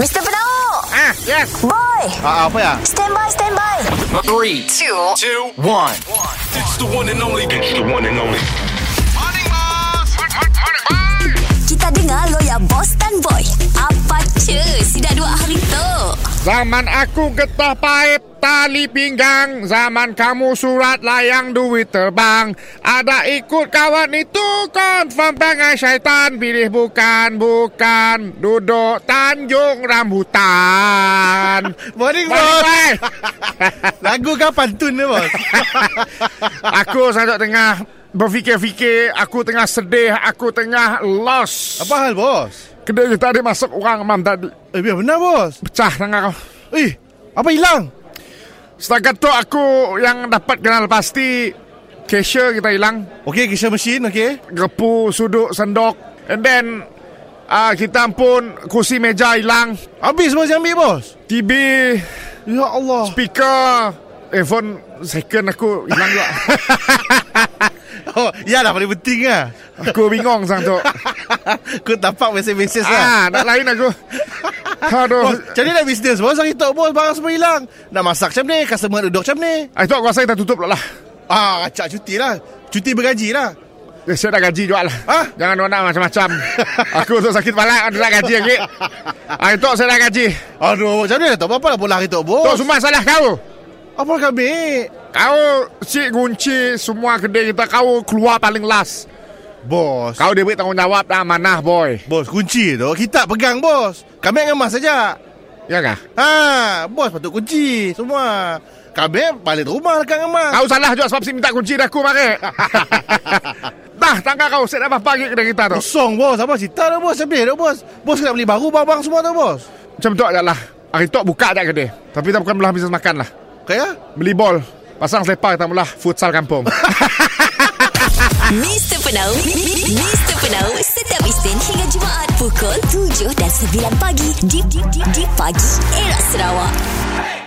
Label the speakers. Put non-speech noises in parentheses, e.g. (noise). Speaker 1: Mr. Penau
Speaker 2: Ah, yes.
Speaker 1: Boy
Speaker 2: Ah, apa ya?
Speaker 1: Stand by, stand by
Speaker 3: Three,
Speaker 1: Two
Speaker 3: two, one.
Speaker 4: It's the one and only. It's the one and only.
Speaker 1: Kita dengar lo ya Boss dan Boy Apa cuy Si dah dua hari tu
Speaker 2: Zaman aku getah paip tali pinggang Zaman kamu surat layang duit terbang Ada ikut kawan itu confirm perangai syaitan Pilih bukan, bukan Duduk Tanjung (laughs) Rambutan
Speaker 5: Morning,
Speaker 2: Balik,
Speaker 5: boss.
Speaker 2: bye.
Speaker 5: Lagu kau pantun dia, (laughs) bos.
Speaker 2: Aku sangat tengah berfikir-fikir Aku tengah sedih Aku tengah lost
Speaker 5: Apa hal, bos?
Speaker 2: Kedai kita ada masuk orang mam tadi
Speaker 5: Eh, biar benar, bos.
Speaker 2: Pecah tengah kau
Speaker 5: Eh, apa hilang?
Speaker 2: Setakat tu aku yang dapat kenal pasti Kesha kita hilang
Speaker 5: Okey, kisah mesin, okey.
Speaker 2: Gepu, sudut, sendok And then uh, Kita pun kursi meja hilang
Speaker 5: Habis, bos, yang ambil, bos.
Speaker 2: TV
Speaker 5: Ya Allah.
Speaker 2: Speaker Handphone second aku hilang juga
Speaker 5: (laughs) Oh, ya lah, paling penting lah.
Speaker 2: Aku bingung sang tu
Speaker 5: (laughs) Kau tapak mesej-mesej lah.
Speaker 2: ah, Nak lain aku Aduh
Speaker 5: Bos, macam mana nak bisnes, bos? Hari tu, bos, barang semua hilang. Nak masak macam ni, customer duduk macam ni.
Speaker 2: I thought kuasa kita tutup lah lah
Speaker 5: Ah, acak cuti lah. Cuti bergaji lah.
Speaker 2: Ya, Saya dah gaji juga lah
Speaker 5: Ah?
Speaker 2: Jangan orang nak macam-macam Aku tu sakit kepala Ada dah gaji lagi I thought saya dah gaji
Speaker 5: Aduh, macam mana tak apa-apa lah bola hari tu, bos.
Speaker 2: Tu semua salah kau
Speaker 5: Apa kami?
Speaker 2: Kau cik kunci semua kedai kita kau keluar paling last.
Speaker 5: Bos.
Speaker 2: Kau dia beri tanggungjawab dah amanah boy.
Speaker 5: Bos, kunci tu kita pegang, bos. Kami dengan mas saja.
Speaker 2: Ya kah?
Speaker 5: Ha, bos patut kunci semua. Kami balik rumah dekat dengan mak.
Speaker 2: Kau salah juga sebab si minta kunci dah aku mari. (laughs) Dah tangga kau set apa pagi kedai kita tu.
Speaker 5: Kosong bos, apa cerita dah bos? Habis dah bos. Bos kena beli baru barang semua tu bos.
Speaker 2: Macam tu ajalah. Hari tu buka tak kedai. Tapi kita bukan belah bisnes makan lah.
Speaker 5: Kaya?
Speaker 2: Beli bol. Pasang selepas kita mula futsal kampung.
Speaker 1: Mr. Penau Mr. Penau Setiap Isnin hingga Jumaat Pukul 7 dan 9 pagi Di, di, di, di pagi Era Sarawak